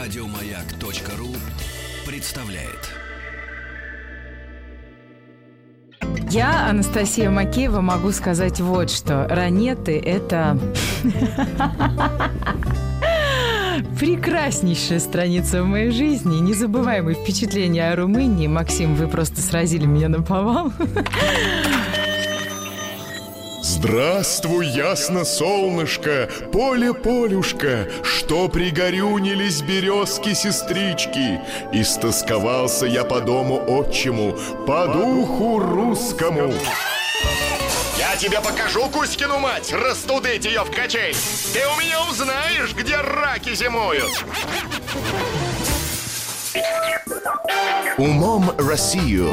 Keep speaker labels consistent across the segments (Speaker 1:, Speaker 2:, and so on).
Speaker 1: Радиомаяк.ру представляет.
Speaker 2: Я, Анастасия Макеева, могу сказать вот что. Ранеты – это... Прекраснейшая страница в моей жизни. Незабываемые впечатления о Румынии. Максим, вы просто сразили меня на повал.
Speaker 3: Здравствуй, ясно солнышко, поле полюшка, что пригорюнились березки сестрички. Истосковался я по дому отчему, по духу русскому. Я тебе покажу Кузькину мать, растудыть ее в качель. Ты у меня узнаешь, где раки зимуют. Умом Россию.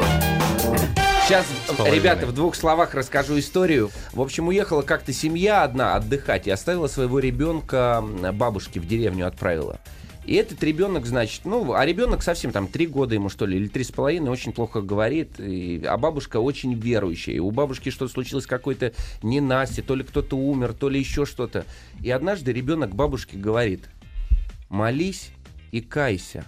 Speaker 4: Сейчас, ребята, в двух словах расскажу историю. В общем, уехала как-то семья одна отдыхать и оставила своего ребенка бабушке в деревню отправила. И этот ребенок, значит, ну, а ребенок совсем там три года ему, что ли, или три с половиной, очень плохо говорит, и, а бабушка очень верующая. И у бабушки что-то случилось, какой-то ненастье, то ли кто-то умер, то ли еще что-то. И однажды ребенок бабушке говорит, молись и кайся.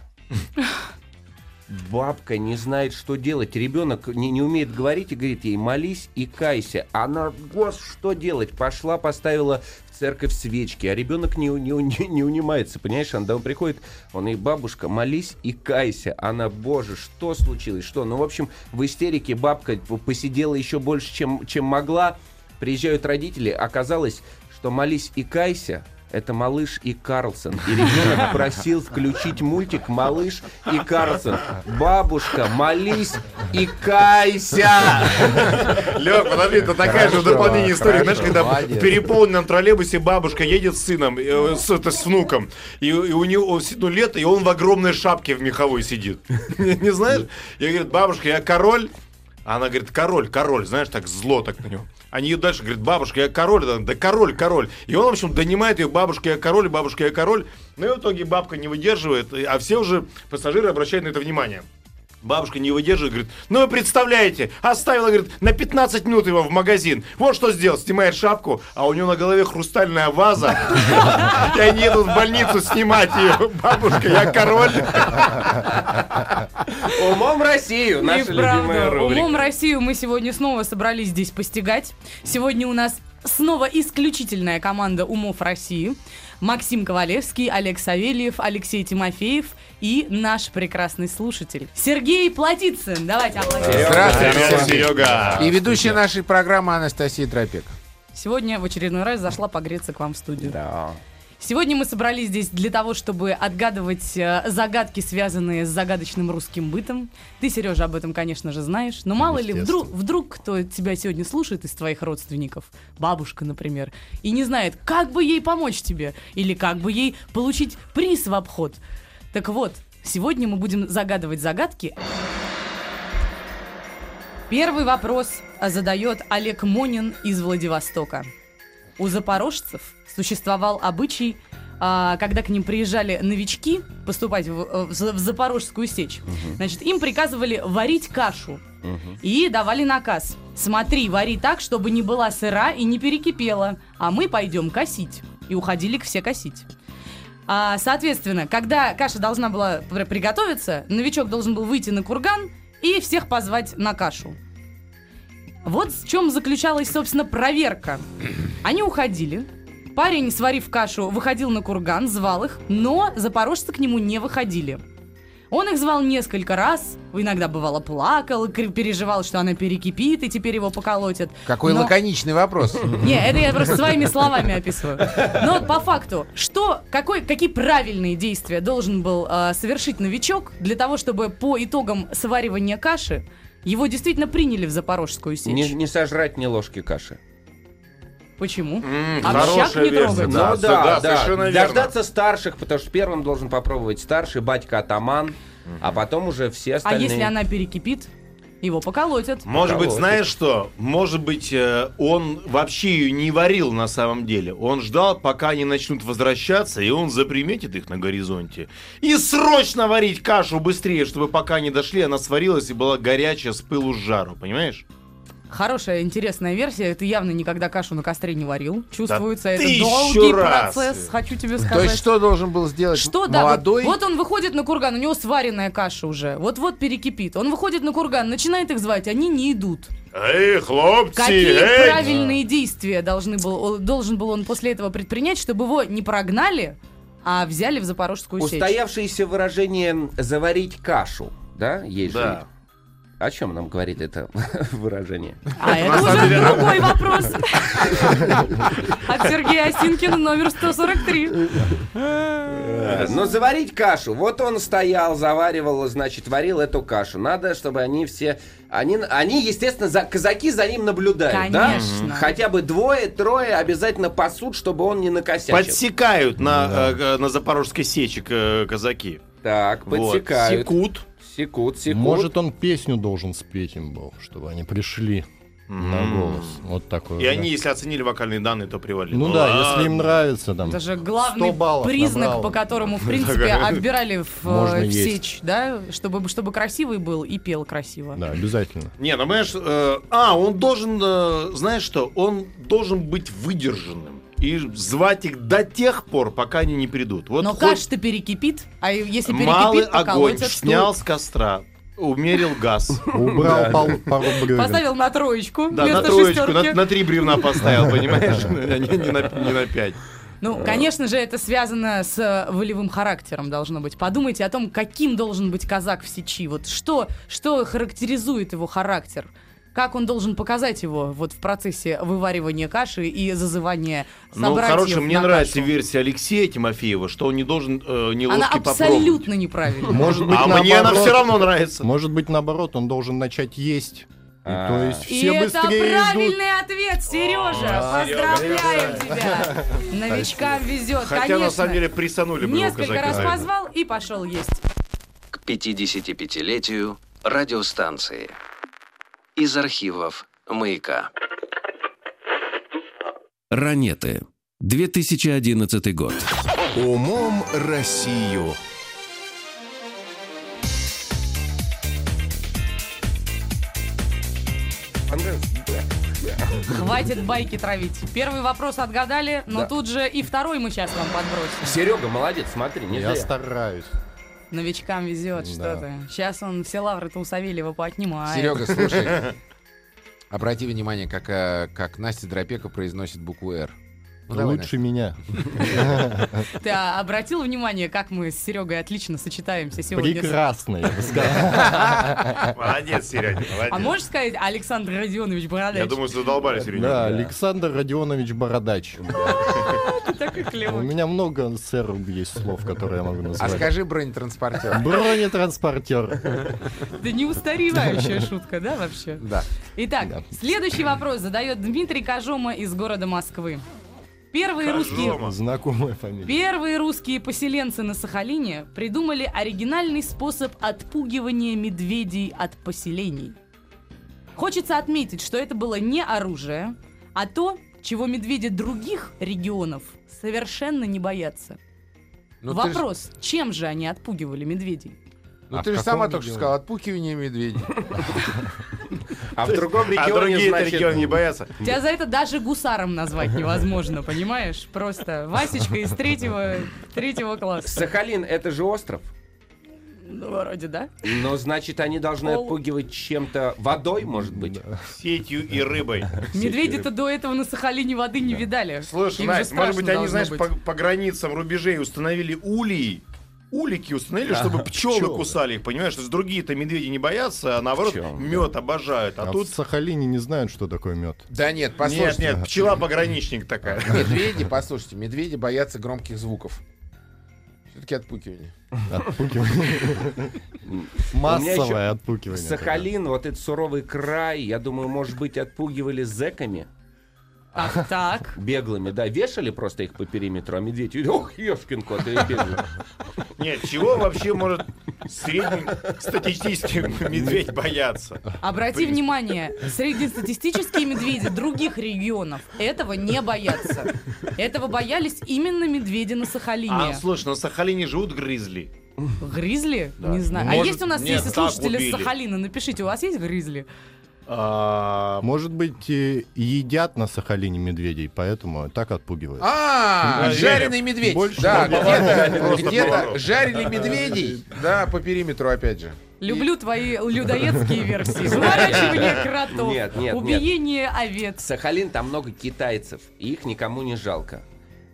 Speaker 4: Бабка не знает, что делать. Ребенок не, не умеет говорить и говорит ей, молись и кайся. Она, гос, что делать? Пошла, поставила в церковь свечки, а ребенок не, у- не, у- не, не унимается, понимаешь? Она домой приходит, он и бабушка, молись и кайся. Она, боже, что случилось, что? Ну, в общем, в истерике бабка п- посидела еще больше, чем, чем могла. Приезжают родители, оказалось, что молись и кайся, это малыш и Карлсон. И ребенок просил включить мультик Малыш и Карлсон. Бабушка, молись и кайся!
Speaker 5: Лёг, подожди, это такая же в дополнение история. Знаешь, когда в переполненном троллейбусе бабушка едет с сыном, э, с, это, с внуком, и, и у него он сидит, ну, лето, и он в огромной шапке в меховой сидит. Не не знаешь? И говорит, бабушка, я король. А Она говорит, король, король, знаешь, так зло так на него. Они ее дальше говорят, бабушка, я король, Она, да король, король. И он, в общем, донимает ее, бабушка, я король, бабушка, я король. Ну и в итоге бабка не выдерживает, и- а все уже пассажиры обращают на это внимание. Бабушка не выдерживает, говорит, ну вы представляете, оставила, говорит, на 15 минут его в магазин. Вот что сделал, снимает шапку, а у него на голове хрустальная ваза. И они едут в больницу снимать ее. Бабушка, я король.
Speaker 4: Умом Россию,
Speaker 6: И
Speaker 4: наша любимая
Speaker 6: правда, умом
Speaker 4: рубрика.
Speaker 6: Россию мы сегодня снова собрались здесь постигать. Сегодня у нас снова исключительная команда умов России. Максим Ковалевский, Олег Савельев, Алексей Тимофеев и наш прекрасный слушатель Сергей Платицын. Давайте аплодируем.
Speaker 5: Привет, Серега.
Speaker 7: И ведущая нашей программы Анастасия Тропик.
Speaker 6: Сегодня в очередной раз зашла погреться к вам в студию.
Speaker 4: Да.
Speaker 6: Сегодня мы собрались здесь для того, чтобы отгадывать э, загадки, связанные с загадочным русским бытом. Ты, Сережа, об этом, конечно же, знаешь. Но мало ли, вдруг, вдруг кто тебя сегодня слушает из твоих родственников, бабушка, например, и не знает, как бы ей помочь тебе или как бы ей получить приз в обход. Так вот, сегодня мы будем загадывать загадки. Первый вопрос э, задает Олег Монин из Владивостока. У запорожцев существовал обычай, а, когда к ним приезжали новички поступать в, э, в за- в запорожскую сечь. Значит, им приказывали варить кашу и давали наказ. Смотри, вари так, чтобы не была сыра и не перекипела, а мы пойдем косить. И уходили к все косить. А, соответственно, когда каша должна была пр- приготовиться, новичок должен был выйти на курган и всех позвать на кашу. Вот в чем заключалась, собственно, проверка. Они уходили. Парень, сварив кашу, выходил на курган, звал их, но запорожцы к нему не выходили. Он их звал несколько раз, иногда бывало плакал, кр- переживал, что она перекипит и теперь его поколотят.
Speaker 7: Какой
Speaker 6: Но-
Speaker 7: лаконичный вопрос.
Speaker 6: не, это я просто своими словами описываю. Но вот по факту, что, какой, какие правильные действия должен был э, совершить новичок для того, чтобы по итогам сваривания каши его действительно приняли в запорожскую сечь?
Speaker 4: Не, не сожрать ни ложки каши.
Speaker 6: Почему? А
Speaker 5: М,
Speaker 6: Общак
Speaker 5: Хорошая
Speaker 6: не
Speaker 5: версия.
Speaker 6: трогать.
Speaker 5: Да,
Speaker 4: Ну
Speaker 5: да, совершенно верно.
Speaker 4: Дождаться старших, потому что первым должен попробовать старший, батька атаман, а потом уже все
Speaker 6: А
Speaker 4: остальные.
Speaker 6: если она перекипит, его поколотят.
Speaker 8: Типа
Speaker 5: Может быть,
Speaker 4: Кого?
Speaker 5: знаешь что? Может быть, э, он вообще ее не варил на самом деле. Он ждал, пока они начнут возвращаться, и он заприметит их на горизонте. И срочно варить кашу быстрее, чтобы пока они дошли, она сварилась и была горячая с пылу с жару, понимаешь?
Speaker 6: Хорошая, интересная версия. Ты явно никогда кашу на костре не варил. Чувствуется это
Speaker 5: тысячу
Speaker 6: долгий
Speaker 5: раз.
Speaker 6: процесс, хочу тебе
Speaker 7: То есть
Speaker 6: сказать.
Speaker 7: что должен был сделать
Speaker 6: Что, да, вот-
Speaker 7: молодой?
Speaker 6: вот, он выходит на курган, у него сваренная каша уже, вот-вот перекипит. Он выходит на курган, начинает их звать, они не идут.
Speaker 5: Эй, хлопцы,
Speaker 6: Какие
Speaker 5: эй!
Speaker 6: правильные действия должны был, должен был он после этого предпринять, чтобы его не прогнали, а взяли в Запорожскую сечь?
Speaker 4: Устоявшееся выражение «заварить кашу», да, есть же?
Speaker 5: Да.
Speaker 4: О чем нам говорит это выражение?
Speaker 6: А это уже другой вопрос. От Сергея Осинкина номер 143.
Speaker 4: Но Ну, заварить кашу. Вот он стоял, заваривал, значит, варил эту кашу. Надо, чтобы они все... Они, они естественно, за, казаки за ним наблюдают, да?
Speaker 6: Конечно.
Speaker 4: Мгм. Хотя бы двое, трое обязательно пасут, чтобы он не накосячил.
Speaker 5: Подсекают на, э, э, на запорожской сече э, казаки.
Speaker 4: Так,
Speaker 5: Вот.
Speaker 4: подсекают.
Speaker 5: Секут.
Speaker 4: Секут, секут.
Speaker 8: Может, он песню должен спеть им был, чтобы они пришли на голос. Вот такой.
Speaker 5: И они, если оценили вокальные данные, то привалили.
Speaker 8: Ну да,
Speaker 5: ладно.
Speaker 8: если им нравится там.
Speaker 6: Это же
Speaker 8: 100
Speaker 6: главный
Speaker 8: баллов
Speaker 6: признак,
Speaker 8: набрал.
Speaker 6: по которому, в принципе, отбирали в,
Speaker 8: Можно
Speaker 6: э, в
Speaker 8: есть.
Speaker 6: сечь, да, чтобы, чтобы красивый был и пел красиво.
Speaker 8: Да, обязательно.
Speaker 5: Не, ну понимаешь, э, а, он должен, э, знаешь что, он должен быть выдержанным. И звать их до тех пор, пока они не придут. Вот
Speaker 6: Но
Speaker 5: хоть
Speaker 6: каша-то перекипит, а если
Speaker 5: малый
Speaker 6: перекипит,
Speaker 5: огонь
Speaker 6: поколотят стул.
Speaker 5: снял с костра, умерил газ.
Speaker 8: Убрал пол- пару бревен.
Speaker 6: Поставил на троечку
Speaker 5: Да,
Speaker 6: вместо
Speaker 5: на троечку,
Speaker 6: шестерки.
Speaker 5: на, на три бревна поставил, понимаешь? А Не, не на, не на пять.
Speaker 6: Ну, конечно же, это связано с э, волевым характером должно быть. Подумайте о том, каким должен быть казак в сечи. Вот что, что характеризует его характер? Как он должен показать его вот в процессе вываривания каши и зазывания
Speaker 5: Ну,
Speaker 6: собратьев
Speaker 5: хорошая, мне
Speaker 6: на
Speaker 5: нравится
Speaker 6: кашу?
Speaker 5: версия Алексея Тимофеева, что он не должен э, не
Speaker 6: Она
Speaker 5: ложки попробовать.
Speaker 6: абсолютно неправильная.
Speaker 8: Может быть,
Speaker 5: А мне она
Speaker 8: наоборот-
Speaker 5: все равно нравится.
Speaker 8: Может быть, наоборот, он должен начать есть. И
Speaker 4: А.
Speaker 8: то есть
Speaker 6: И
Speaker 8: все
Speaker 6: это
Speaker 8: быстрее идут.
Speaker 6: правильный ответ, Сережа! Поздравляем тебя! Новичкам везет,
Speaker 5: Хотя, на самом
Speaker 6: конечно.
Speaker 5: деле, присанули бы его
Speaker 6: Несколько
Speaker 5: казаки,
Speaker 6: раз
Speaker 5: наверное.
Speaker 6: позвал и пошел есть.
Speaker 1: К 55-летию радиостанции. Из архивов «Маяка». Ранеты. 2011 год.
Speaker 3: Умом Россию.
Speaker 6: Хватит байки травить. Первый вопрос отгадали, но тут же и второй мы сейчас вам подбросим.
Speaker 4: Серега, молодец, смотри, не
Speaker 8: Я
Speaker 4: зря.
Speaker 8: стараюсь.
Speaker 6: Новичкам везет, что
Speaker 8: Да.
Speaker 6: ты. Сейчас он все лавры-то у Савельева поотнимает.
Speaker 7: Серега, слушай. Обрати внимание, как, э, как Настя Дропека произносит букву «Р». Ну, давай,
Speaker 8: Лучше меня.
Speaker 6: Ты а, обратил внимание, как мы с Серегой отлично сочетаемся сегодня?
Speaker 8: Прекрасно, я бы сказал.
Speaker 5: Молодец, Серега, молодец.
Speaker 6: А можешь сказать Александр Родионович Бородач?
Speaker 5: Я думаю, задолбали, Серега.
Speaker 8: Да, Александр Родионович Бородач.
Speaker 6: Ты такой
Speaker 8: У
Speaker 6: клевый.
Speaker 8: меня много сэр есть слов, которые я могу
Speaker 7: А
Speaker 8: назвать.
Speaker 7: скажи бронетранспортер.
Speaker 8: Бронетранспортер.
Speaker 6: Да неустаревающая шутка, да, вообще?
Speaker 7: Да.
Speaker 6: Итак, следующий вопрос задает Дмитрий Кожома из города Москвы. Первые русские...
Speaker 8: Знакомая фамилия.
Speaker 6: Первые русские поселенцы на Сахалине придумали оригинальный способ отпугивания медведей от поселений. Хочется отметить, что это было не оружие, а то, чего медведи других регионов совершенно не боятся.
Speaker 7: Ну, ты ж-
Speaker 6: Вопрос, чем же они отпугивали медведей?
Speaker 7: Ну
Speaker 8: А
Speaker 7: ты
Speaker 8: в
Speaker 7: же сама только
Speaker 8: каком
Speaker 7: что
Speaker 8: регионе?
Speaker 7: сказала, отпукивание медведей.
Speaker 4: А в другом
Speaker 5: А
Speaker 4: регионе,
Speaker 5: другие
Speaker 4: значит,
Speaker 5: регионы не боятся.
Speaker 6: Тебя за это даже гусаром назвать невозможно, понимаешь? Просто Васечка из третьего, третьего класса.
Speaker 4: Сахалин — это же остров.
Speaker 6: Ну, вроде, да?
Speaker 4: Но, значит, они должны
Speaker 6: Ол-
Speaker 4: отпугивать чем-то водой, может быть?
Speaker 5: Сетью и рыбой.
Speaker 6: Медведи-то до этого на Сахалине воды не видали.
Speaker 5: Слушай,
Speaker 6: Им же
Speaker 5: Настя, может быть,
Speaker 6: страшно
Speaker 5: они, знаешь,
Speaker 6: должно
Speaker 5: по,
Speaker 6: быть.
Speaker 5: по границам рубежей установили улей. Улики установили, чтобы пчелы, кусали их, понимаешь? То есть другие-то медведи не боятся, а наоборот
Speaker 4: Пчел, да.
Speaker 5: мед обожают. А,
Speaker 8: А
Speaker 5: тут...
Speaker 8: в Сахалине не знают, что такое мед.
Speaker 7: Да нет,
Speaker 5: Нет,
Speaker 7: послушайте.
Speaker 5: нет, пчела-пограничник такая.
Speaker 7: Медведи, послушайте, медведи боятся громких звуков. Все-таки отпукивание.
Speaker 8: Отпукивание.
Speaker 4: У меня
Speaker 8: Массовое
Speaker 4: ещё
Speaker 8: отпукивание.
Speaker 4: Сахалин, вот этот суровый край, я думаю, может быть, отпугивали зэками
Speaker 6: Так, так.
Speaker 4: беглыми, да, вешали просто их по периметру, а медведь, видит, ох, ёшкин кот, и бегал.
Speaker 5: Нет, чего вообще может среднестатистический медведь бояться?
Speaker 6: Обрати внимание, среднестатистические медведи других регионов этого не боятся. Этого боялись именно медведи на
Speaker 5: А,
Speaker 6: Сахалине.
Speaker 5: слушай, на Сахалине живут гризли.
Speaker 6: Гризли? Не знаю. а
Speaker 5: Может,
Speaker 6: есть у нас,
Speaker 5: нет,
Speaker 6: если
Speaker 5: так
Speaker 6: слушатели
Speaker 5: убили.
Speaker 6: с Сахалина, напишите, у вас есть гризли?
Speaker 5: а,
Speaker 8: Может быть, э, едят на Сахалине медведей, поэтому так отпугивают.
Speaker 7: А,
Speaker 5: Да,
Speaker 7: жареный медведь.
Speaker 8: Больше
Speaker 7: да,
Speaker 8: не
Speaker 7: где-то,
Speaker 5: поворот.
Speaker 7: где-то
Speaker 5: Поворот.
Speaker 7: жарили медведей, да, по периметру опять же.
Speaker 6: Люблю твои людоедские версии. Выворачивание кротов,
Speaker 4: Нет, нет, нет.
Speaker 6: убиение овец.
Speaker 4: Сахалин, там много китайцев, и их никому не жалко.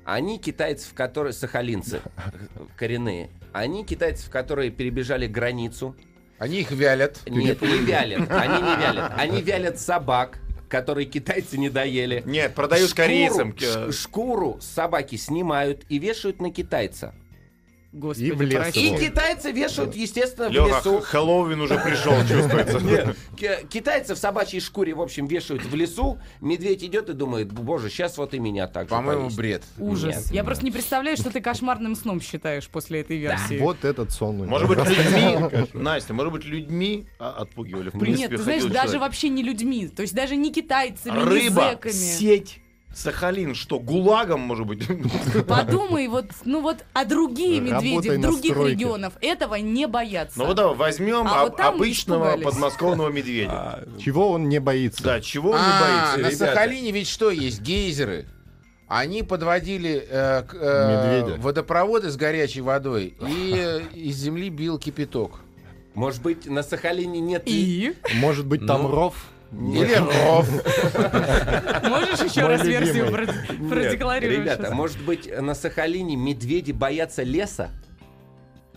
Speaker 4: Они китайцев, которые... Сахалинцы коренные. Они китайцев, которые перебежали границу.
Speaker 7: Они их вялят.
Speaker 4: Нет, не вялят. Они не вялят. Они вялят собак, которые китайцы не доели.
Speaker 5: Нет, продают
Speaker 4: Шкуру-
Speaker 5: корейцам. э,
Speaker 4: ш- шкуру с собаки снимают и вешают на китайца.
Speaker 8: И в лес
Speaker 4: И
Speaker 8: его.
Speaker 4: китайцы вешают, естественно, в
Speaker 5: Леха,
Speaker 4: лесу.
Speaker 5: Хэллоуин уже пришел, чувствуется.
Speaker 4: Нет, ки- Китайцы в собачьей шкуре, в общем, вешают в лесу. Медведь идет и думает, боже, сейчас вот и меня так же
Speaker 7: По-моему,
Speaker 4: повесят».
Speaker 7: бред.
Speaker 6: Ужас.
Speaker 4: Нет,
Speaker 6: Я просто не представляю, что ты кошмарным сном считаешь после этой версии.
Speaker 8: Вот этот сонный.
Speaker 5: Может быть, людьми, Настя, может быть, людьми а, отпугивали. В принципе,
Speaker 6: Нет, ты знаешь,
Speaker 5: ходил
Speaker 6: даже
Speaker 5: человек.
Speaker 6: вообще не людьми. То есть даже не китайцами, не
Speaker 5: Рыба,
Speaker 6: зэками.
Speaker 5: сеть, Сахалин, что, гулагом, может быть?
Speaker 6: Подумай, вот, ну вот, а другие
Speaker 8: Работай
Speaker 6: медведи
Speaker 8: на
Speaker 6: других
Speaker 8: стройке.
Speaker 6: регионов этого не боятся.
Speaker 5: Ну вот давай возьмем
Speaker 6: А
Speaker 5: об-
Speaker 6: вот там
Speaker 5: обычного
Speaker 6: испугались.
Speaker 5: подмосковного медведя.
Speaker 8: Чего он не боится?
Speaker 5: Да, чего он
Speaker 7: А,
Speaker 5: не
Speaker 7: на
Speaker 5: боится, ребята?
Speaker 7: Сахалине ведь что есть? Гейзеры. Они подводили э, к, э,
Speaker 8: Медведя.
Speaker 7: водопроводы с горячей водой, и э, из земли бил кипяток.
Speaker 4: Может быть, на Сахалине нет...
Speaker 6: И?
Speaker 8: Может быть, там ров?
Speaker 7: Или ров.
Speaker 6: Можешь еще
Speaker 8: Мой
Speaker 6: раз версию
Speaker 8: любимый.
Speaker 6: проде-
Speaker 4: Нет,
Speaker 6: продекларировать?
Speaker 4: Ребята, а
Speaker 6: сейчас?
Speaker 4: может быть, на Сахалине медведи боятся леса?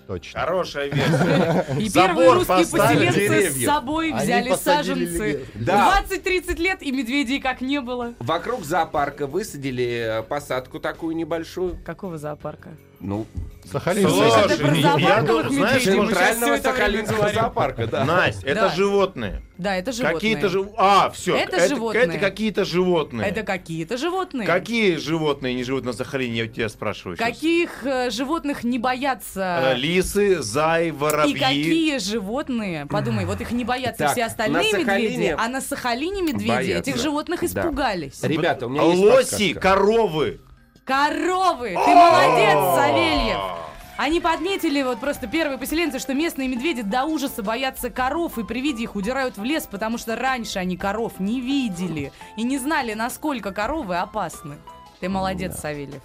Speaker 8: Точно.
Speaker 5: Хорошая версия.
Speaker 6: И
Speaker 5: Забор
Speaker 6: первые русские
Speaker 5: поставили
Speaker 6: поселенцы с
Speaker 4: деревьев.
Speaker 6: собой
Speaker 8: Они
Speaker 6: взяли
Speaker 8: посадили
Speaker 6: саженцы.
Speaker 8: лес.
Speaker 4: Да.
Speaker 6: 20-30 лет и медведей как не было.
Speaker 4: Вокруг зоопарка высадили э, посадку такую небольшую.
Speaker 6: Какого зоопарка?
Speaker 4: Ну,
Speaker 8: Сахалин.
Speaker 5: Слушай,
Speaker 8: Сахалин.
Speaker 6: Это про
Speaker 5: я
Speaker 6: зоопарковых
Speaker 5: думаю, знаешь,
Speaker 6: медведей мы сейчас всё
Speaker 4: центрального
Speaker 6: это время
Speaker 4: сахалинского
Speaker 6: говорим.
Speaker 4: зоопарка, да.
Speaker 5: Настя, это
Speaker 6: Да.
Speaker 5: животные.
Speaker 6: Да, это животные.
Speaker 5: Какие-то же... А, все.
Speaker 6: Это животные.
Speaker 5: Это какие-то животные.
Speaker 6: Это какие-то животные.
Speaker 5: Какие животные не живут на Сахалине, я у тебя спрашиваю сейчас.
Speaker 6: Каких э, животных не
Speaker 5: Э,
Speaker 6: боятся?
Speaker 5: Лисы, зай, воробьи.
Speaker 6: И какие животные, подумай, вот их не боятся
Speaker 4: Так,
Speaker 6: все остальные
Speaker 4: на Сахалине
Speaker 6: медведи, а на Сахалине медведи
Speaker 4: боятся.
Speaker 6: этих животных
Speaker 4: Да.
Speaker 5: Э.
Speaker 6: испугались.
Speaker 4: Ребята, у меня есть
Speaker 5: Лоси,
Speaker 4: подсказка.
Speaker 5: коровы.
Speaker 6: Коровы! Ты молодец, Савельев! Они подметили, вот просто первые поселенцы, что местные медведи до ужаса боятся коров и при виде их удирают в лес, потому что раньше они коров не видели и не знали, насколько коровы опасны. Ты молодец, Савельев.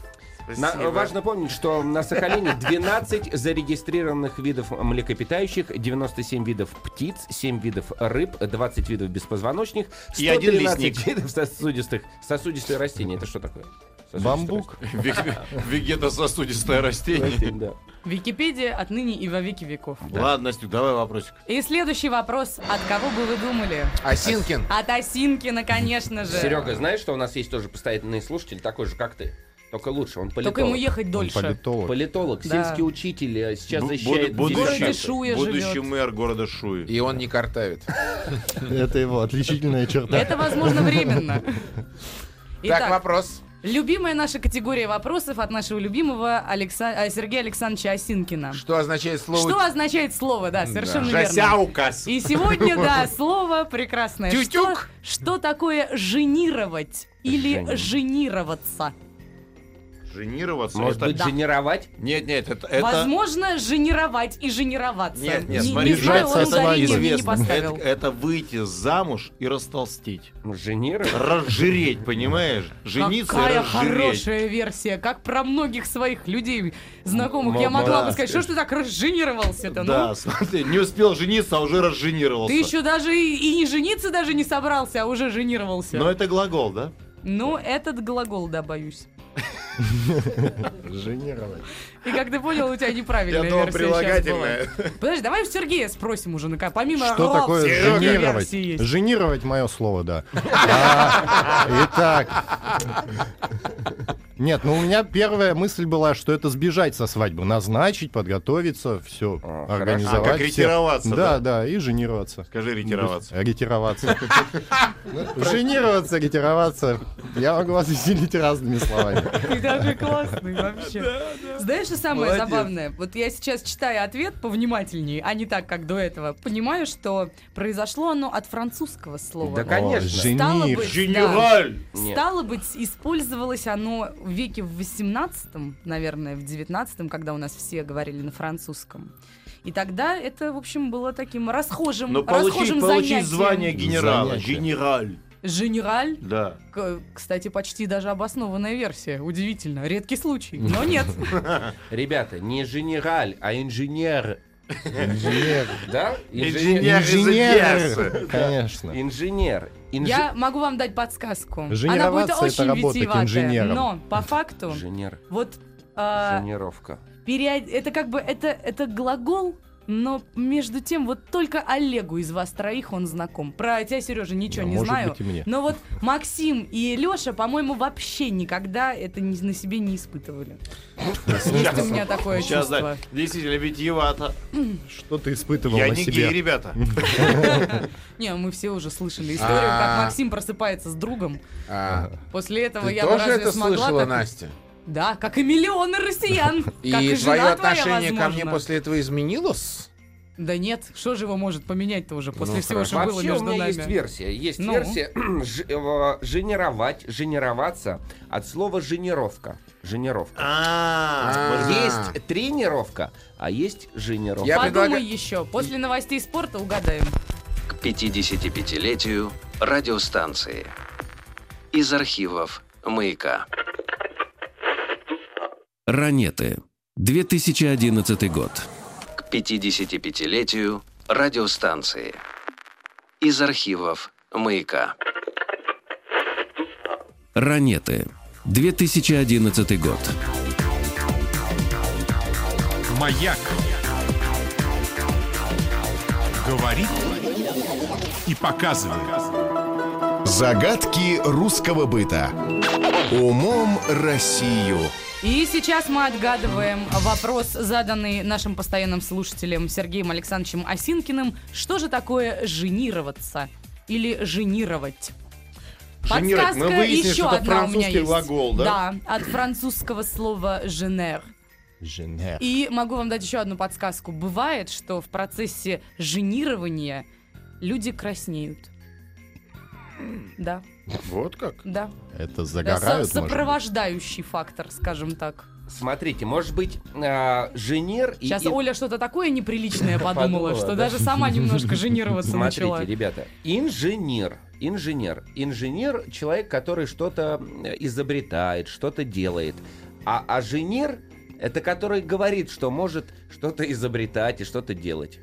Speaker 4: На-
Speaker 5: Спасибо.
Speaker 4: важно помнить, что на Сахалине 12 зарегистрированных видов млекопитающих, 97 видов птиц, 7 видов рыб, 20 видов беспозвоночных,
Speaker 5: И один
Speaker 4: 113
Speaker 5: лесник.
Speaker 4: видов сосудистых. Сосудистые растения, это что такое? Сосудистые
Speaker 8: Бамбук.
Speaker 5: Вег- Вегетососудистое растение.
Speaker 4: растения, да.
Speaker 6: Википедия отныне и во веки веков.
Speaker 5: Ладно, Настюк, давай вопросик.
Speaker 6: И следующий вопрос. От кого бы вы думали?
Speaker 7: Осинкин.
Speaker 6: От Осинкина, конечно же.
Speaker 4: Серега, знаешь, что у нас есть тоже постоянный слушатель, такой же, как ты? Только лучше, он политолог.
Speaker 6: Только ему ехать
Speaker 8: Он
Speaker 6: дольше.
Speaker 8: политолог.
Speaker 4: Политолог,
Speaker 6: Да.
Speaker 4: сельский учитель, э, сейчас
Speaker 5: Бу-
Speaker 4: защищает
Speaker 5: буду-
Speaker 6: городе
Speaker 4: девчат.
Speaker 6: Шу- Шуя
Speaker 5: будущий
Speaker 6: живет.
Speaker 5: мэр города Шуи.
Speaker 7: И он не картавит.
Speaker 8: Это его отличительная черта.
Speaker 6: Это, возможно, временно.
Speaker 7: Так,
Speaker 6: Итак,
Speaker 7: вопрос.
Speaker 6: любимая наша категория вопросов от нашего любимого Алекса- а, Сергея Александровича Осинкина.
Speaker 7: Что означает
Speaker 6: Что
Speaker 7: слово
Speaker 6: означает слово, да, совершенно верно.
Speaker 5: Жасяукас.
Speaker 6: И сегодня, да, слово прекрасное. Что,
Speaker 7: Тютюк.
Speaker 6: что такое женировать или
Speaker 4: Жени-
Speaker 6: женироваться?
Speaker 5: Женироваться.
Speaker 4: Может
Speaker 5: это-
Speaker 4: быть,
Speaker 6: Да.
Speaker 4: генеровать?
Speaker 5: Нет, нет, это... это-
Speaker 6: Возможно, женировать и женироваться.
Speaker 5: Нет, нет,
Speaker 6: не,
Speaker 5: смотри,
Speaker 6: не знаю, он
Speaker 8: жрать со
Speaker 6: ударение
Speaker 8: своим
Speaker 6: мне не
Speaker 8: известным.
Speaker 6: поставил.
Speaker 5: Это, это выйти замуж и растолстеть.
Speaker 4: Женировать?
Speaker 5: Разжиреть, понимаешь? Жениться и
Speaker 6: Какая
Speaker 5: разжиреть.
Speaker 6: хорошая версия, как про многих своих людей знакомых.
Speaker 4: М-
Speaker 6: Я могла
Speaker 5: М-м-м, да.
Speaker 6: бы сказать, что ж ты так разженировался-то, ну?
Speaker 5: Да, смотри, не успел жениться, а уже разженировался.
Speaker 6: Ты еще даже и, и не жениться даже не собрался, а уже женировался.
Speaker 5: Но это глагол, да?
Speaker 6: Ну, этот глагол, да, боюсь.
Speaker 8: Женировать.
Speaker 6: И как ты понял, у тебя неправильная
Speaker 5: Я думал,
Speaker 6: версия
Speaker 5: прилагательное.
Speaker 6: сейчас была. Подожди, давай у Сергея спросим уже, ну ка- помимо
Speaker 8: Что
Speaker 6: «рот»,
Speaker 8: такое
Speaker 6: Серега,
Speaker 8: женировать?
Speaker 6: версии есть.
Speaker 8: Женировать мое слово, да. А, Итак. Нет, ну у меня первая мысль была, что это сбежать со свадьбы, назначить, подготовиться, все
Speaker 4: А,
Speaker 8: организовать.
Speaker 5: хорошо. А, как
Speaker 8: всё.
Speaker 5: ретироваться, да?
Speaker 8: Да, да, и женироваться.
Speaker 5: Скажи ретироваться.
Speaker 8: Ретироваться. Женироваться, ретироваться. Я могу вас извинить разными словами.
Speaker 6: Ты такой классный вообще. Знаешь, что самое забавное? Вот я сейчас читаю ответ повнимательнее, а не так, как до этого. Понимаю, что произошло оно от французского слова.
Speaker 4: Да, конечно.
Speaker 6: Стало
Speaker 8: Женир.
Speaker 6: быть,
Speaker 5: Генераль!
Speaker 4: Нет.
Speaker 6: Стало быть, использовалось оно в веке в 18 наверное, в 19 когда у нас все говорили на французском. И тогда это, в общем, было таким расхожим,
Speaker 4: Ну,
Speaker 5: Но получить,
Speaker 6: расхожим
Speaker 5: получить
Speaker 6: занятием.
Speaker 5: звание генерала.
Speaker 8: Занятие.
Speaker 5: Генераль.
Speaker 6: Женераль,
Speaker 5: Да.
Speaker 6: к- кстати, почти даже обоснованная версия. Удивительно, редкий случай, но нет.
Speaker 4: Ребята, не генераль, а инженер.
Speaker 8: Инженер.
Speaker 4: Да?
Speaker 5: Инженер из Одессы.
Speaker 8: Инженер. Конечно.
Speaker 4: Инженер. Инж-
Speaker 6: Я могу вам дать подсказку. Она будет
Speaker 8: Женироваться
Speaker 6: очень
Speaker 8: это работать
Speaker 6: витиеватая,
Speaker 8: инженером.
Speaker 6: но по факту
Speaker 4: Инженер.
Speaker 6: вот а,
Speaker 4: Инженеровка.
Speaker 6: переод- это как бы это это глагол, но между тем вот только Олегу из вас троих он знаком. Про тебя, Сережа, ничего
Speaker 8: Да,
Speaker 6: не
Speaker 8: может
Speaker 6: знаю.
Speaker 8: быть, и мне.
Speaker 6: Но вот Максим и Леша, по-моему, вообще никогда это ни- на себе не испытывали. Есть у меня такое
Speaker 5: Сейчас,
Speaker 6: чувство.
Speaker 5: да. Действительно, витиевато.
Speaker 8: Что ты испытывал
Speaker 5: Я
Speaker 8: на
Speaker 5: не
Speaker 8: себе?
Speaker 5: гей, ребята.
Speaker 6: Не, мы все уже слышали историю, как
Speaker 7: А.
Speaker 6: Максим просыпается с другом.
Speaker 7: А,
Speaker 6: После этого
Speaker 7: Ты
Speaker 6: я бы
Speaker 7: тоже
Speaker 6: разве
Speaker 7: это
Speaker 6: смогла
Speaker 7: слышала,
Speaker 6: так-
Speaker 7: Настя?
Speaker 6: Да, как и миллионы россиян. Как
Speaker 7: И,
Speaker 6: и
Speaker 7: твое
Speaker 6: жена твоя,
Speaker 7: отношение ко мне
Speaker 6: возможно.
Speaker 7: после этого изменилось?
Speaker 6: Да нет, что же его может поменять-то уже после
Speaker 7: Ну,
Speaker 6: всего,
Speaker 7: хорошо.
Speaker 6: что было
Speaker 4: Вообще у
Speaker 6: между
Speaker 4: меня есть
Speaker 6: нами?
Speaker 4: версия. Есть
Speaker 6: Ну?
Speaker 4: версия ж- э, «женировать», «женироваться» от слова «женировка». Женировка.
Speaker 5: А,
Speaker 7: А.
Speaker 4: Есть тренировка, а есть женировка.
Speaker 7: Я
Speaker 6: Подумай
Speaker 7: предлагаю-
Speaker 6: еще. После новостей спорта угадаем.
Speaker 1: К 55-летию радиостанции. Из архивов «Маяка». Ранеты. 2011 год. К 55-летию радиостанции. Из архивов «Маяка». Ранеты. 2011 год.
Speaker 9: Маяк. Говорит и показывает.
Speaker 3: Загадки русского быта. Умом Россию.
Speaker 6: И сейчас мы отгадываем вопрос, заданный нашим постоянным слушателем Сергеем Александровичем Осинкиным. Что же такое «женироваться» или
Speaker 5: Женировать.
Speaker 6: «женировать»?
Speaker 5: Мы
Speaker 6: Подсказка
Speaker 5: выяснили,
Speaker 6: еще
Speaker 5: что это
Speaker 6: одна у меня
Speaker 5: французский
Speaker 6: есть.
Speaker 5: глагол, да?
Speaker 6: Да, от французского слова «женер».
Speaker 8: Женер.
Speaker 6: И могу вам дать еще одну подсказку. Бывает, что в процессе женирования люди краснеют. Да,
Speaker 8: Вот как?
Speaker 6: да.
Speaker 8: Это
Speaker 6: Да, со-
Speaker 8: загорают, может быть?
Speaker 6: сопровождающий фактор, скажем так.
Speaker 4: Смотрите, может быть, а, женер и...
Speaker 6: Сейчас
Speaker 4: и-
Speaker 6: Оля что-то такое неприличное подумала,
Speaker 4: Подумала,
Speaker 6: что
Speaker 4: да.
Speaker 6: даже сама немножко женироваться
Speaker 4: Смотрите,
Speaker 6: начала.
Speaker 4: ребята, инженер, инженер, инженер человек, который что-то м, изобретает, что-то делает, а, а женер это который говорит, что может что-то изобретать и что-то делать.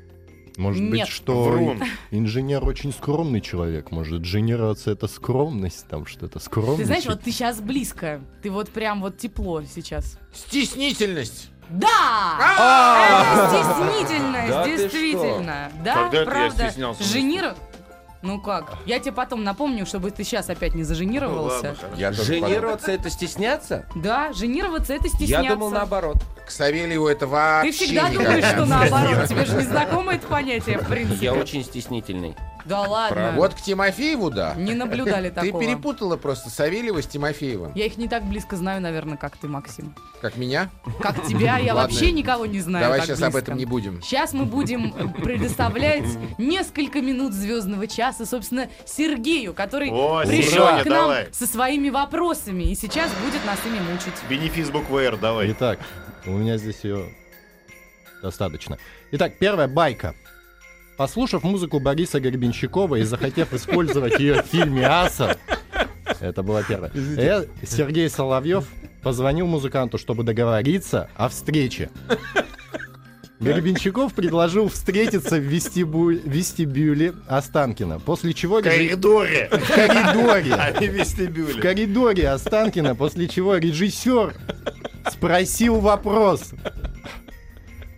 Speaker 8: Может
Speaker 6: Нет.
Speaker 8: быть, что
Speaker 5: Врун.
Speaker 8: инженер очень скромный человек. Может, женироваться это скромность, там что-то скромность.
Speaker 6: Ты знаешь, вот ты сейчас близко. Ты вот прям вот тепло сейчас.
Speaker 7: Стеснительность.
Speaker 6: Да! Это
Speaker 4: Да
Speaker 6: стеснительность,
Speaker 4: ты
Speaker 6: действительно. Да,
Speaker 5: А! Когда это я
Speaker 6: правда.
Speaker 5: стеснялся?
Speaker 6: Женир... Ну как? Я тебе потом напомню, чтобы ты сейчас опять не
Speaker 5: Ну,
Speaker 6: заженировался.
Speaker 5: ладно, хорошо.
Speaker 7: Я тоже подумал.
Speaker 4: Женироваться это стесняться?
Speaker 6: Да, женироваться это стесняться.
Speaker 4: Я думал наоборот.
Speaker 7: К Савельеву это вообще
Speaker 6: Ты всегда
Speaker 7: никак
Speaker 6: думаешь,
Speaker 7: не
Speaker 6: что
Speaker 7: относится.
Speaker 6: наоборот. Тебе же не знакомо это понятие, в принципе.
Speaker 4: Я очень стеснительный.
Speaker 6: Да ладно.
Speaker 7: Вот к Тимофееву, да.
Speaker 6: Не наблюдали
Speaker 7: Ты
Speaker 6: такого.
Speaker 7: перепутала просто Савельева с Тимофеевым.
Speaker 6: Я их не так близко знаю, наверное, как ты, Максим.
Speaker 7: Как меня?
Speaker 6: Как тебя, я
Speaker 7: Ладно.
Speaker 6: вообще никого не знаю.
Speaker 7: Давай
Speaker 6: так
Speaker 7: сейчас об
Speaker 6: близко.
Speaker 7: этом не будем.
Speaker 6: Сейчас мы будем э, предоставлять несколько минут звездного часа, собственно, Сергею, который
Speaker 5: О,
Speaker 6: пришел
Speaker 5: Серёня,
Speaker 6: к нам
Speaker 5: давай.
Speaker 6: со своими вопросами и сейчас будет нас ими мучить.
Speaker 5: Бенефис буквы «Р», давай.
Speaker 8: Итак, у меня здесь ее достаточно. Итак, первая байка. Послушав музыку Бориса Гребенщикова и захотев использовать ее в фильме «Аса», это была первая. э, Сергей Соловьев позвонил музыканту, чтобы договориться о встрече. Гребенщиков предложил встретиться в вестибу- вестибюле Останкина, после чего...
Speaker 5: В
Speaker 8: режи-
Speaker 5: коридоре,
Speaker 8: В коридоре.
Speaker 5: а не в
Speaker 8: В
Speaker 5: вестибюле.
Speaker 8: коридоре Останкина, после чего режиссер спросил вопрос,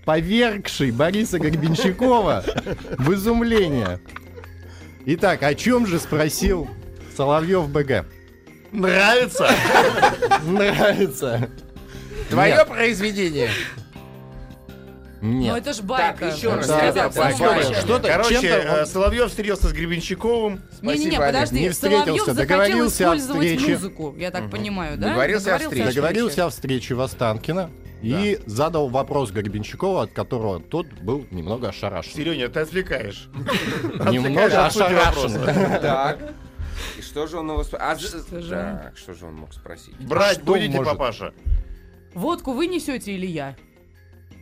Speaker 8: повергший Бориса Горбенщикова в изумление. Итак, о чем же спросил Соловьев БГ?
Speaker 5: Нравится?
Speaker 8: Нравится?
Speaker 7: Твое
Speaker 8: Нет.
Speaker 7: произведение.
Speaker 6: Но
Speaker 8: Нет.
Speaker 6: Ну, это ж байка.
Speaker 4: еще
Speaker 6: Ну,
Speaker 4: раз,
Speaker 6: сказал
Speaker 7: ребята,
Speaker 6: в самом
Speaker 7: байка.
Speaker 6: начале.
Speaker 8: Что-то,
Speaker 5: Короче,
Speaker 8: Ну, чем-то он-
Speaker 5: э, Соловьев встретился с Гребенщиковым.
Speaker 6: Не-не-не,
Speaker 7: Спасибо, Олег.
Speaker 6: подожди, Соловьев
Speaker 8: Не встретился,
Speaker 6: захотел
Speaker 8: договорился о
Speaker 6: использовать
Speaker 8: встрече.
Speaker 6: музыку, я так понимаю, да?
Speaker 7: Договорился о встрече.
Speaker 8: Договорился о встрече в Останкино и задал вопрос Горбенщикову, от которого тот был немного ошарашен.
Speaker 5: Сереня, ты отвлекаешь.
Speaker 8: Немного ошарашен.
Speaker 4: Так. И что же он его спро- а,
Speaker 6: Что же
Speaker 4: так, что же он мог спросить?
Speaker 5: Брать
Speaker 8: А Что
Speaker 5: будете,
Speaker 8: может?
Speaker 5: папаша?
Speaker 6: Водку вы несете или я?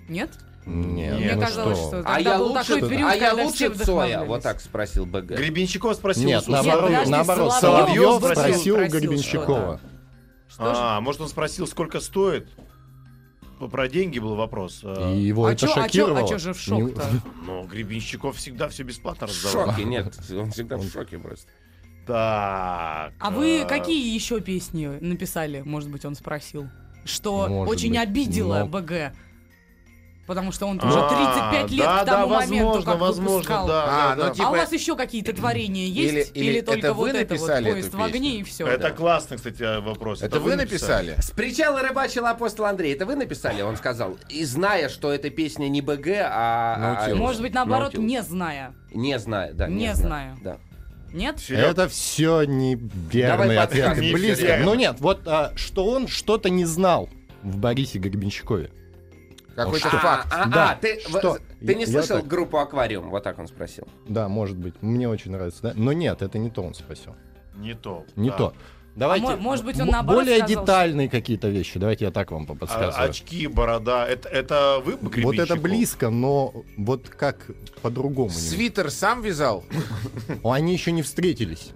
Speaker 6: Нет?
Speaker 8: Нет,
Speaker 6: Мне
Speaker 8: ну
Speaker 6: казалось,
Speaker 8: что?
Speaker 6: что,
Speaker 4: А
Speaker 6: тогда
Speaker 4: я
Speaker 6: был
Speaker 4: лучше,
Speaker 6: такой период,
Speaker 4: а я
Speaker 6: когда все
Speaker 4: лучше Цоя?
Speaker 6: вдохновлялись.
Speaker 4: Вот так спросил БГ.
Speaker 5: Гребенщиков спросил.
Speaker 8: Э, Нет,
Speaker 5: у Суслова.
Speaker 8: наоборот,
Speaker 6: подожди,
Speaker 8: наоборот.
Speaker 6: Соловьев
Speaker 8: Соловьев
Speaker 6: спросил,
Speaker 8: спросил у
Speaker 6: спросил
Speaker 8: Гребенщикова.
Speaker 6: Что же?
Speaker 5: А, может, он спросил, сколько стоит? П- Про деньги был вопрос. Э,
Speaker 8: И его
Speaker 6: А
Speaker 8: это
Speaker 6: чё- а чё-
Speaker 8: шокировало.
Speaker 6: а чё же в шок-то?
Speaker 5: Но Гребенщиков всегда все бесплатно
Speaker 4: В
Speaker 5: раздавал.
Speaker 4: шоке, нет, он всегда в шоке просто.
Speaker 5: Так.
Speaker 6: А вы
Speaker 5: э,
Speaker 6: какие еще песни написали, может быть, он спросил? Что
Speaker 8: Может
Speaker 6: очень
Speaker 8: быть,
Speaker 6: обидело
Speaker 8: но-
Speaker 6: БГ. Потому что он
Speaker 5: а,
Speaker 6: уже 35 лет
Speaker 5: да,
Speaker 6: к тому
Speaker 5: да,
Speaker 6: моменту,
Speaker 5: возможно,
Speaker 6: как
Speaker 5: возможно,
Speaker 6: выпускал.
Speaker 5: да,
Speaker 7: А,
Speaker 5: да,
Speaker 7: ну,
Speaker 5: да.
Speaker 6: А
Speaker 7: Типа-
Speaker 6: у вас еще какие-то творения есть?
Speaker 7: Или- или
Speaker 6: Или, только
Speaker 7: это вы
Speaker 6: вот это вот
Speaker 7: написали эту
Speaker 6: поезд в
Speaker 7: песню»?
Speaker 6: огне и все?
Speaker 5: Это классный, кстати, вопрос.
Speaker 7: Это вы написали?
Speaker 4: С причала рыбачил апостол Андрей. Это вы написали, он сказал. И зная, что эта песня не БГ, а... а-
Speaker 7: Наутилус.
Speaker 6: Может быть, наоборот,
Speaker 4: Наутилус.
Speaker 6: не зная.
Speaker 4: Не знаю, да.
Speaker 6: Не
Speaker 4: знаю. Да.
Speaker 6: знаю. Нет?
Speaker 5: Серёг,
Speaker 8: Это все неверные
Speaker 4: Давай подсказки,
Speaker 8: ответы. Близко.
Speaker 5: Серега.
Speaker 8: Ну нет, вот а, что он что-то не знал в Борисе Гребенщикове.
Speaker 7: Какой-то
Speaker 4: А,
Speaker 7: факт.
Speaker 4: А, а,
Speaker 8: Да.
Speaker 4: ты, в-
Speaker 8: Что?
Speaker 4: ты не
Speaker 8: Я- я
Speaker 4: слышал
Speaker 8: так.
Speaker 4: группу «Аквариум»? Вот так он спросил.
Speaker 8: Да, может быть. Мне очень нравится, да? Но нет, это не то он спросил.
Speaker 5: Не то.
Speaker 8: Не
Speaker 5: да.
Speaker 8: то. Давайте.
Speaker 6: А мо- может быть, он
Speaker 8: м-
Speaker 6: наоборот
Speaker 8: Более
Speaker 6: сказал,
Speaker 8: детальные какие-то вещи. Давайте я так вам
Speaker 5: А,
Speaker 8: подсказываю.
Speaker 5: очки, борода. Это, это вы
Speaker 8: вот это
Speaker 5: Гребенщиков?
Speaker 8: близко, но вот как по-другому. не-
Speaker 7: Свитер сам вязал?
Speaker 8: Они еще не встретились.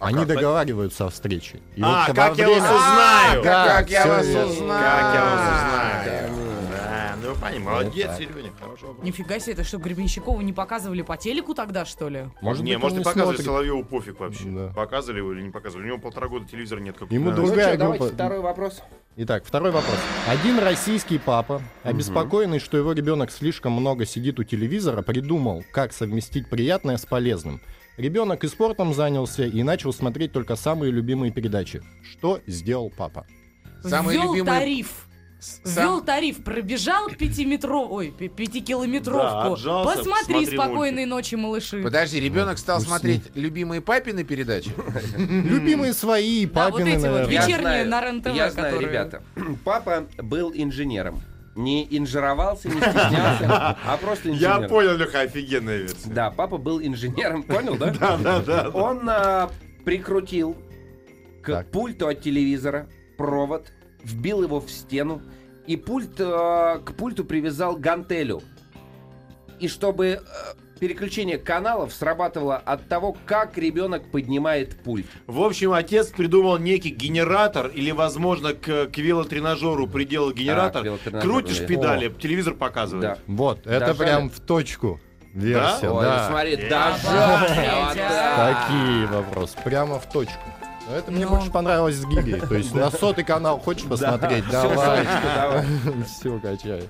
Speaker 8: Они
Speaker 7: как?
Speaker 8: договариваются о встрече. И
Speaker 5: А,
Speaker 8: вот во
Speaker 5: как я
Speaker 8: время-
Speaker 5: вас узнаю?
Speaker 8: Да,
Speaker 7: Как я
Speaker 8: всё
Speaker 7: вас
Speaker 8: верно.
Speaker 7: узнаю?
Speaker 5: Как я вас узнаю? Да, ну понимаю. Молодец, Серега, хорошо.
Speaker 6: Нифига себе, это что, Гребенщикова не показывали по телеку тогда, что ли?
Speaker 8: Может
Speaker 5: не,
Speaker 8: быть,
Speaker 5: может,
Speaker 8: он
Speaker 5: и
Speaker 8: не
Speaker 5: показывали
Speaker 8: смотрит.
Speaker 5: Соловьеву пофиг вообще.
Speaker 8: Да.
Speaker 5: Показывали его или не показывали. У него полтора года телевизора нет. Как у
Speaker 8: Ему
Speaker 5: нас.
Speaker 8: друг-
Speaker 4: Ну
Speaker 8: Другая
Speaker 4: чё, давайте
Speaker 8: группа.
Speaker 4: второй вопрос.
Speaker 8: Итак, второй вопрос. Один российский папа, обеспокоенный, что его ребенок слишком много сидит у телевизора, придумал, как совместить приятное с полезным. Ребенок и спортом занялся и начал смотреть только самые любимые передачи. Что сделал папа?
Speaker 7: Самые
Speaker 6: Ввел
Speaker 7: любимые-
Speaker 6: тариф.
Speaker 7: Сам-
Speaker 6: Ввел тариф, пробежал пятиметров... Ой, пя-
Speaker 5: Да,
Speaker 6: пятикилометровку.
Speaker 5: отжался,
Speaker 6: Посмотри
Speaker 5: посмотри
Speaker 6: «Спокойной ночи, малыши».
Speaker 7: Подожди, ребенок стал смотреть любимые папины передачи?
Speaker 8: Любимые свои,
Speaker 6: Да, вот
Speaker 8: папины,
Speaker 6: эти вот
Speaker 8: наверное.
Speaker 6: вечер- Вечерние на РЕН-ТВ,
Speaker 4: Я знаю,
Speaker 6: которые-
Speaker 4: ребята. Папа был инженером. Не инжировался, не стеснялся, а просто инженер.
Speaker 5: Я понял, Леха, офигенная версия.
Speaker 4: Да, папа был инженером, понял, да? Да, да, да. Он а, прикрутил к
Speaker 8: Так.
Speaker 4: пульту от телевизора провод, вбил его в стену, и пульт а, к пульту привязал гантелю. И чтобы э, переключение каналов срабатывало от того, как ребенок поднимает пульт.
Speaker 5: В общем, отец придумал некий генератор или, возможно, к, к велотренажеру приделал
Speaker 4: к
Speaker 5: генератор.
Speaker 4: велотренажеру,
Speaker 5: Крутишь
Speaker 4: да.
Speaker 5: педали, телевизор показывает.
Speaker 4: Да.
Speaker 8: Вот, это
Speaker 4: Дожали?
Speaker 8: прям в точку версия,
Speaker 4: Ой,
Speaker 8: да.
Speaker 4: смотри,
Speaker 5: Э,
Speaker 4: дожали,
Speaker 6: обалдеть,
Speaker 4: вот
Speaker 6: а.
Speaker 4: так.
Speaker 8: Такие вопросы, прямо в точку. Но Это мне
Speaker 6: Ну.
Speaker 8: больше понравилось с Гири. То есть на сотый канал хочешь посмотреть?
Speaker 4: Всё,
Speaker 8: Давай.
Speaker 4: Сонечка, давай.
Speaker 8: Все, качай.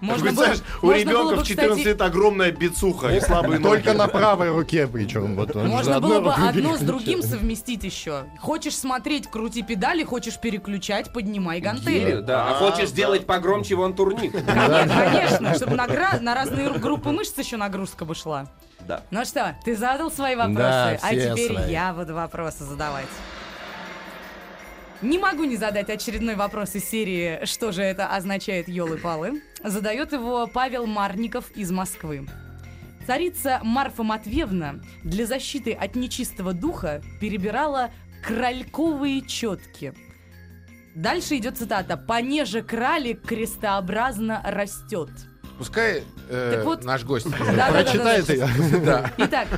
Speaker 6: Можно было-
Speaker 5: Представляешь, у
Speaker 6: можно
Speaker 5: ребенка
Speaker 6: было бы,
Speaker 5: в 14
Speaker 6: кстати,
Speaker 5: лет огромная бицуха и слабые ноги.
Speaker 8: Только на правой руке причем. Вот он же
Speaker 6: Можно
Speaker 8: одной
Speaker 6: было бы
Speaker 8: рукой
Speaker 6: одно с
Speaker 8: переключает.
Speaker 6: другим совместить еще. Хочешь смотреть, крути педали, хочешь переключать, поднимай
Speaker 4: Или,
Speaker 6: гантели.
Speaker 4: да, а хочешь сделать погромче вон турник.
Speaker 6: Конечно, конечно, чтобы на, гра- на разные группы мышц еще нагрузка бы шла.
Speaker 4: Да.
Speaker 6: Ну что, ты задал свои вопросы,
Speaker 8: Да,
Speaker 6: а
Speaker 8: все
Speaker 6: теперь
Speaker 8: свои.
Speaker 6: я буду вопросы задавать. Не могу не задать очередной вопрос из серии «Что же это означает елы-палы?» Задает его Павел Марников из Москвы. Царица Марфа Матвеевна для защиты от нечистого духа перебирала крольковые четки. Дальше идет цитата «Понеже кралик крестообразно растет».
Speaker 7: Пускай э,
Speaker 6: Так вот-
Speaker 7: наш гость.
Speaker 6: Да-да-да-да.
Speaker 8: Прочитай ты.
Speaker 7: Да.
Speaker 6: Итак,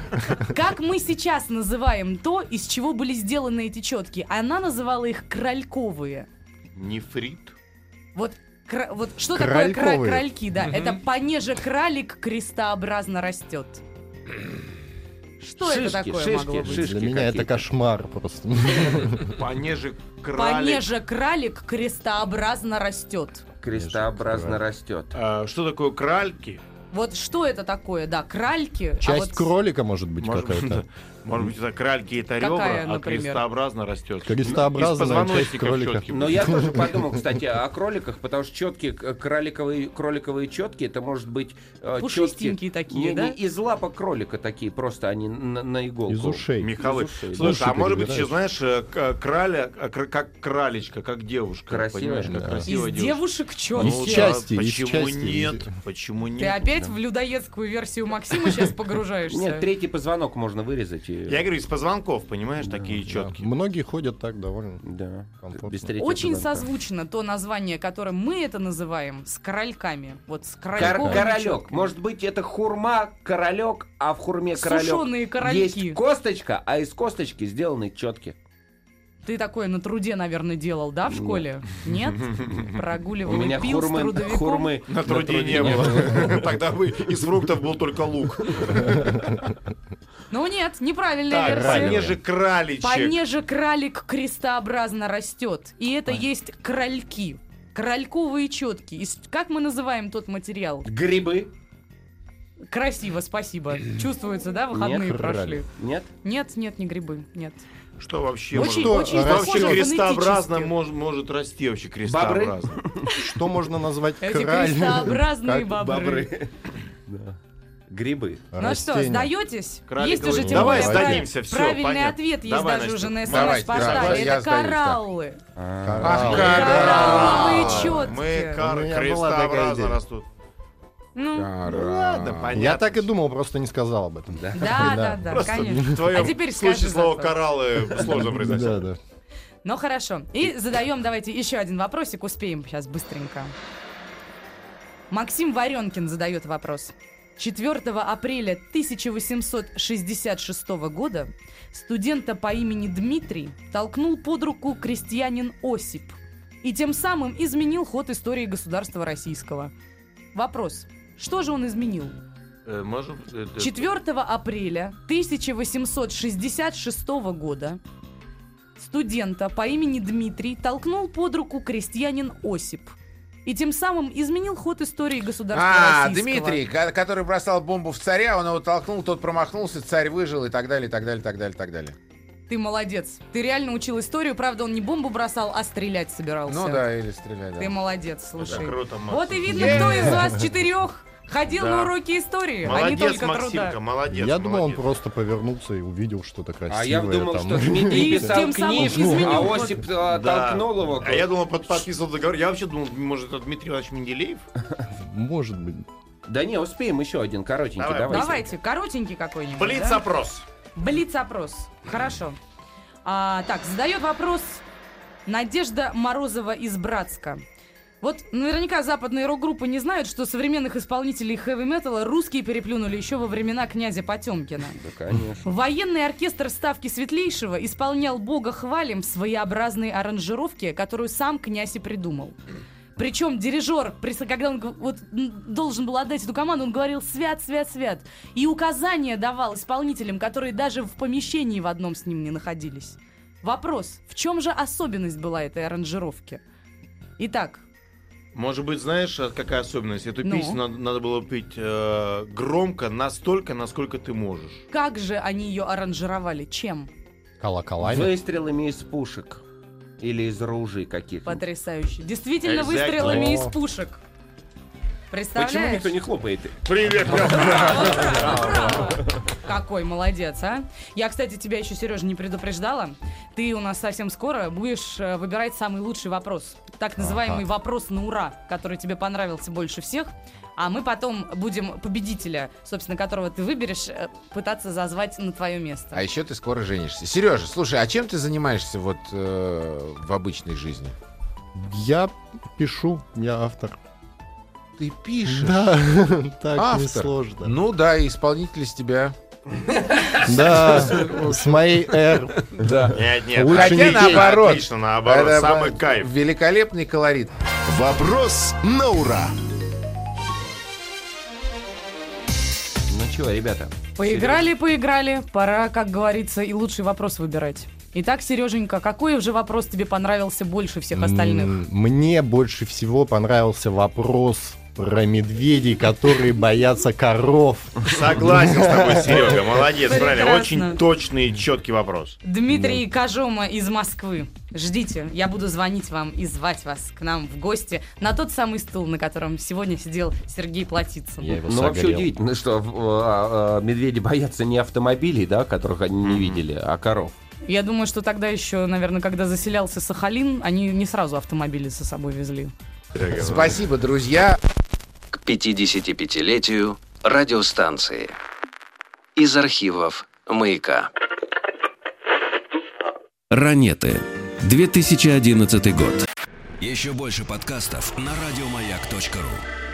Speaker 6: как мы сейчас называем то, из чего были сделаны эти четки? Она называла их крольковые.
Speaker 5: Нефрит.
Speaker 6: Вот, кра- вот что такое кра-
Speaker 8: Крольковые.
Speaker 6: крольки, да? Это понеже кралик крестообразно растет. Что это
Speaker 4: Шишки,
Speaker 6: такое
Speaker 4: шишки,
Speaker 6: могло быть?
Speaker 4: шишки.
Speaker 8: Для меня это
Speaker 4: какие-то.
Speaker 8: кошмар просто.
Speaker 6: А
Speaker 5: Понеже кралик.
Speaker 6: Понеже кралик крестообразно растет.
Speaker 4: Крестообразно растет.
Speaker 5: А, что такое кральки?
Speaker 6: Вот что это такое, да, кральки. а
Speaker 8: Часть
Speaker 6: вот с-
Speaker 8: кролика может быть
Speaker 5: Может быть,
Speaker 8: какая-то.
Speaker 5: Может быть, это кральки это
Speaker 6: Какая,
Speaker 5: ребра, а
Speaker 6: например?
Speaker 5: крестообразно растет.
Speaker 8: Крестообразная
Speaker 5: Из
Speaker 8: часть кролика. Ну,
Speaker 5: чётки.
Speaker 4: Но я тоже подумал, кстати, о кроликах, потому что четкие кроликовые, кроликовые четки, это может быть э, чётки- Ну,
Speaker 6: Пушистенькие такие,
Speaker 4: не-
Speaker 6: да?
Speaker 4: не, из лапок кролика такие, просто они на, на иголку.
Speaker 8: Из ушей.
Speaker 5: Михалыч,
Speaker 4: Из ушей.
Speaker 5: слушай, а
Speaker 8: Уши
Speaker 5: может быть еще,
Speaker 8: перебираешь.
Speaker 5: знаешь, э, к- краля, а, кр- как кралечка, как девушка,
Speaker 4: Красивая,
Speaker 5: понимаешь, как
Speaker 8: да.
Speaker 5: красивая
Speaker 6: Из
Speaker 5: девушка.
Speaker 6: девушек
Speaker 5: Ну
Speaker 6: четки.
Speaker 8: Из
Speaker 5: да,
Speaker 8: части, из
Speaker 5: почему
Speaker 8: части.
Speaker 5: нет? Почему
Speaker 6: Ты
Speaker 5: нет?
Speaker 6: опять в людоедскую версию Максима сейчас погружаешься?
Speaker 4: Нет, третий позвонок можно вырезать эти...
Speaker 5: Я говорю, из позвонков, понимаешь, такие четкие.
Speaker 8: Многие ходят так довольно
Speaker 4: Да.
Speaker 8: комфортно.
Speaker 4: Без третьего
Speaker 6: Очень
Speaker 4: звонка.
Speaker 6: созвучно то название, которым мы это называем, с корольками. Вот с
Speaker 4: Кор-
Speaker 6: корольком.
Speaker 4: королек. Может быть, это хурма, королек, а в хурме королек
Speaker 6: Сушеные корольки.
Speaker 4: есть косточка, а из косточки сделаны четки.
Speaker 6: Ты такое на труде, наверное, делал, да, в школе? Нет?
Speaker 4: У
Speaker 6: Прогуливал
Speaker 4: меня
Speaker 6: пил с
Speaker 4: хурмы,
Speaker 6: трудовиком?
Speaker 4: хурмы
Speaker 5: На труде не было. Тогда бы из фруктов был только лук.
Speaker 6: Ну нет,
Speaker 5: Так,
Speaker 6: неправильная версия.
Speaker 5: понеже краличек.
Speaker 6: Понеже кралик крестообразно растет. И это есть крольки. Крольковые четки. Из- Как мы называем тот материал?
Speaker 4: грибы.
Speaker 6: Красиво, спасибо. Чувствуется, да, выходные
Speaker 4: Нет,
Speaker 6: прошли?
Speaker 4: Нет?
Speaker 6: Нет, нет, не грибы, нет.
Speaker 5: Что вообще?
Speaker 6: Очень-
Speaker 5: может-
Speaker 6: очень
Speaker 5: вообще
Speaker 6: похоже
Speaker 5: крестообразно
Speaker 6: фонетически.
Speaker 5: мож- может расти вообще крестообразно.
Speaker 8: Что можно назвать
Speaker 6: Эти
Speaker 8: краль-
Speaker 6: крестообразные
Speaker 8: как
Speaker 6: бобры.
Speaker 4: Да. Грибы.
Speaker 6: Ну что,
Speaker 8: растение?
Speaker 6: сдаетесь?
Speaker 5: Кроликовый
Speaker 6: Есть уже
Speaker 5: мозг.
Speaker 6: тем
Speaker 5: Давай
Speaker 6: более пра-
Speaker 5: сдадимся, всё,
Speaker 6: правильный
Speaker 5: понятно.
Speaker 6: ответ есть
Speaker 5: Давай,
Speaker 6: даже
Speaker 5: Настя.
Speaker 6: уже на
Speaker 7: Давайте,
Speaker 6: СМС-портале.
Speaker 7: давай, я
Speaker 6: Это
Speaker 7: сдаюсь, да.
Speaker 6: кораллы.
Speaker 8: Коралл.
Speaker 6: Коралловые четки.
Speaker 5: Мы
Speaker 8: У
Speaker 5: кар
Speaker 8: меня была такая
Speaker 5: крестообразно
Speaker 8: идея.
Speaker 5: растут.
Speaker 6: Ну,
Speaker 5: Ладно, понятно.
Speaker 8: Я так и думал, просто не сказал об этом.
Speaker 6: да, да, да,
Speaker 5: Просто
Speaker 6: конечно.
Speaker 5: в твоем
Speaker 6: А теперь скажи
Speaker 5: случае слово
Speaker 6: зато.
Speaker 5: кораллы сложно произносить.
Speaker 8: Да, да.
Speaker 6: Ну хорошо. И задаем, давайте еще один вопросик, успеем сейчас быстренько. Максим Варенкин задает вопрос. 4 апреля 1866 года студента по имени Дмитрий толкнул под руку крестьянин Осип и тем самым изменил ход истории государства российского. Вопрос. Что же он изменил?
Speaker 5: Э, Можем? э, э,
Speaker 6: 4 апреля 1866 года студента по имени Дмитрий толкнул под руку крестьянин Осип и тем самым изменил ход истории государства
Speaker 7: А,
Speaker 6: российского.
Speaker 7: Дмитрий, ко- который бросал бомбу в царя, он его толкнул, тот промахнулся, царь выжил и так далее, и так далее, и так далее, и так далее.
Speaker 6: Ты молодец. Ты реально учил историю, правда, он не бомбу бросал, а стрелять собирался.
Speaker 7: Ну да, или стреляй, да.
Speaker 6: Ты молодец, слушай.
Speaker 5: Круто, Макс.
Speaker 6: вот и видно, кто из вас четырех ходил
Speaker 5: Да.
Speaker 6: на уроки истории, а не
Speaker 5: Молодец,
Speaker 6: только
Speaker 5: Максимка,
Speaker 6: труда.
Speaker 5: молодец.
Speaker 8: Я думал, он
Speaker 5: ну, молодец.
Speaker 8: просто повернулся и увидел что-то красивое.
Speaker 4: А я думал,
Speaker 8: там.
Speaker 4: что Дмитрий
Speaker 6: И
Speaker 4: писал
Speaker 6: тем самым
Speaker 4: книжку, а
Speaker 6: изменил.
Speaker 4: Осип а,
Speaker 5: Да.
Speaker 4: толкнул его.
Speaker 5: А я думал, под- подписывал договор. Я вообще думал, может, это Дмитрий Иванович Менделеев?
Speaker 8: Может быть.
Speaker 4: Да не, успеем еще один коротенький.
Speaker 5: Давай,
Speaker 4: Давай.
Speaker 6: Давайте, коротенький какой-нибудь. да?
Speaker 5: Блиц-опрос.
Speaker 6: Блиц-опрос. Хорошо. А, так, задает вопрос Надежда Морозова из Братска. Вот наверняка западные рок-группы не знают, что современных исполнителей хэви-металла русские переплюнули еще во времена князя Потемкина.
Speaker 4: Да, конечно.
Speaker 6: Военный оркестр Ставки Светлейшего исполнял «Бога хвалим» в своеобразной аранжировке, которую сам князь и придумал. Причем дирижер, при- когда он г- вот, м, должен был отдать эту команду, он говорил «свят, свят, свят». И указания давал исполнителям, которые даже в помещении в одном с ним не находились. Вопрос, в чем же особенность была этой аранжировки? Итак,
Speaker 5: Может быть, знаешь, а какая особенность? Эту
Speaker 6: Ну?
Speaker 5: песню надо, надо было петь э, громко, настолько, насколько ты можешь.
Speaker 6: как же они ее аранжировали? Чем?
Speaker 8: Колоколами.
Speaker 4: Выстрелами из пушек. Или из ружей каких-то.
Speaker 6: Потрясающе. Действительно,
Speaker 5: Exactly.
Speaker 6: выстрелами из
Speaker 8: О.
Speaker 6: пушек. Представляешь?
Speaker 4: Почему никто не хлопает?
Speaker 5: Привет, Лёха.
Speaker 6: Браво, браво. Какой молодец, а? Я, кстати, тебя еще, Сережа, не предупреждала. Ты у нас совсем скоро будешь э, выбирать самый лучший вопрос. Так называемый вопрос на ура, который тебе понравился больше всех. А мы потом будем победителя, собственно, которого ты выберешь, э, пытаться зазвать на твое
Speaker 7: А
Speaker 6: место.
Speaker 7: еще ты скоро женишься. Сережа, слушай, а чем ты занимаешься вот э, в обычной жизни?
Speaker 8: Я пишу, я автор.
Speaker 7: Ты пишешь.
Speaker 8: Да, так
Speaker 7: Автор.
Speaker 8: несложно.
Speaker 7: Ну да, и исполнитель из тебя.
Speaker 8: Да, с моей «Р».
Speaker 4: Да.
Speaker 5: Нет, нет.
Speaker 8: Лучше
Speaker 5: отлично,
Speaker 7: не наоборот.
Speaker 5: Отлично, наоборот.
Speaker 7: Это
Speaker 5: Самый
Speaker 7: б-
Speaker 5: кайф.
Speaker 7: Великолепный колорит.
Speaker 3: Вопрос на ура!
Speaker 4: Ну чего, ребята?
Speaker 6: Поиграли, поиграли. Пора, как говорится, и лучший вопрос выбирать. Итак, Сереженька, какой же вопрос тебе понравился больше всех остальных?
Speaker 8: М, Мне больше всего понравился вопрос про медведей, которые боятся коров.
Speaker 5: Согласен с тобой, Серега. Молодец, правильно.
Speaker 6: Прекрасно.
Speaker 5: Очень точный и четкий вопрос.
Speaker 6: Дмитрий Кожома из Москвы. Ждите, я буду звонить вам и звать вас к нам в гости на тот самый стул, на котором сегодня сидел Сергей Платицын.
Speaker 4: Ну, вообще удивительно, что в- а, а, медведи боятся не автомобилей, да, которых они не видели, а коров.
Speaker 6: Я думаю, что тогда еще, наверное, когда заселялся Сахалин, они не сразу автомобили со собой везли.
Speaker 7: Спасибо, друзья.
Speaker 1: К 55-летию радиостанции. Из архивов
Speaker 10: маяка. Ранеты. 2011 год.
Speaker 1: Еще больше подкастов на радиомаяк.ру.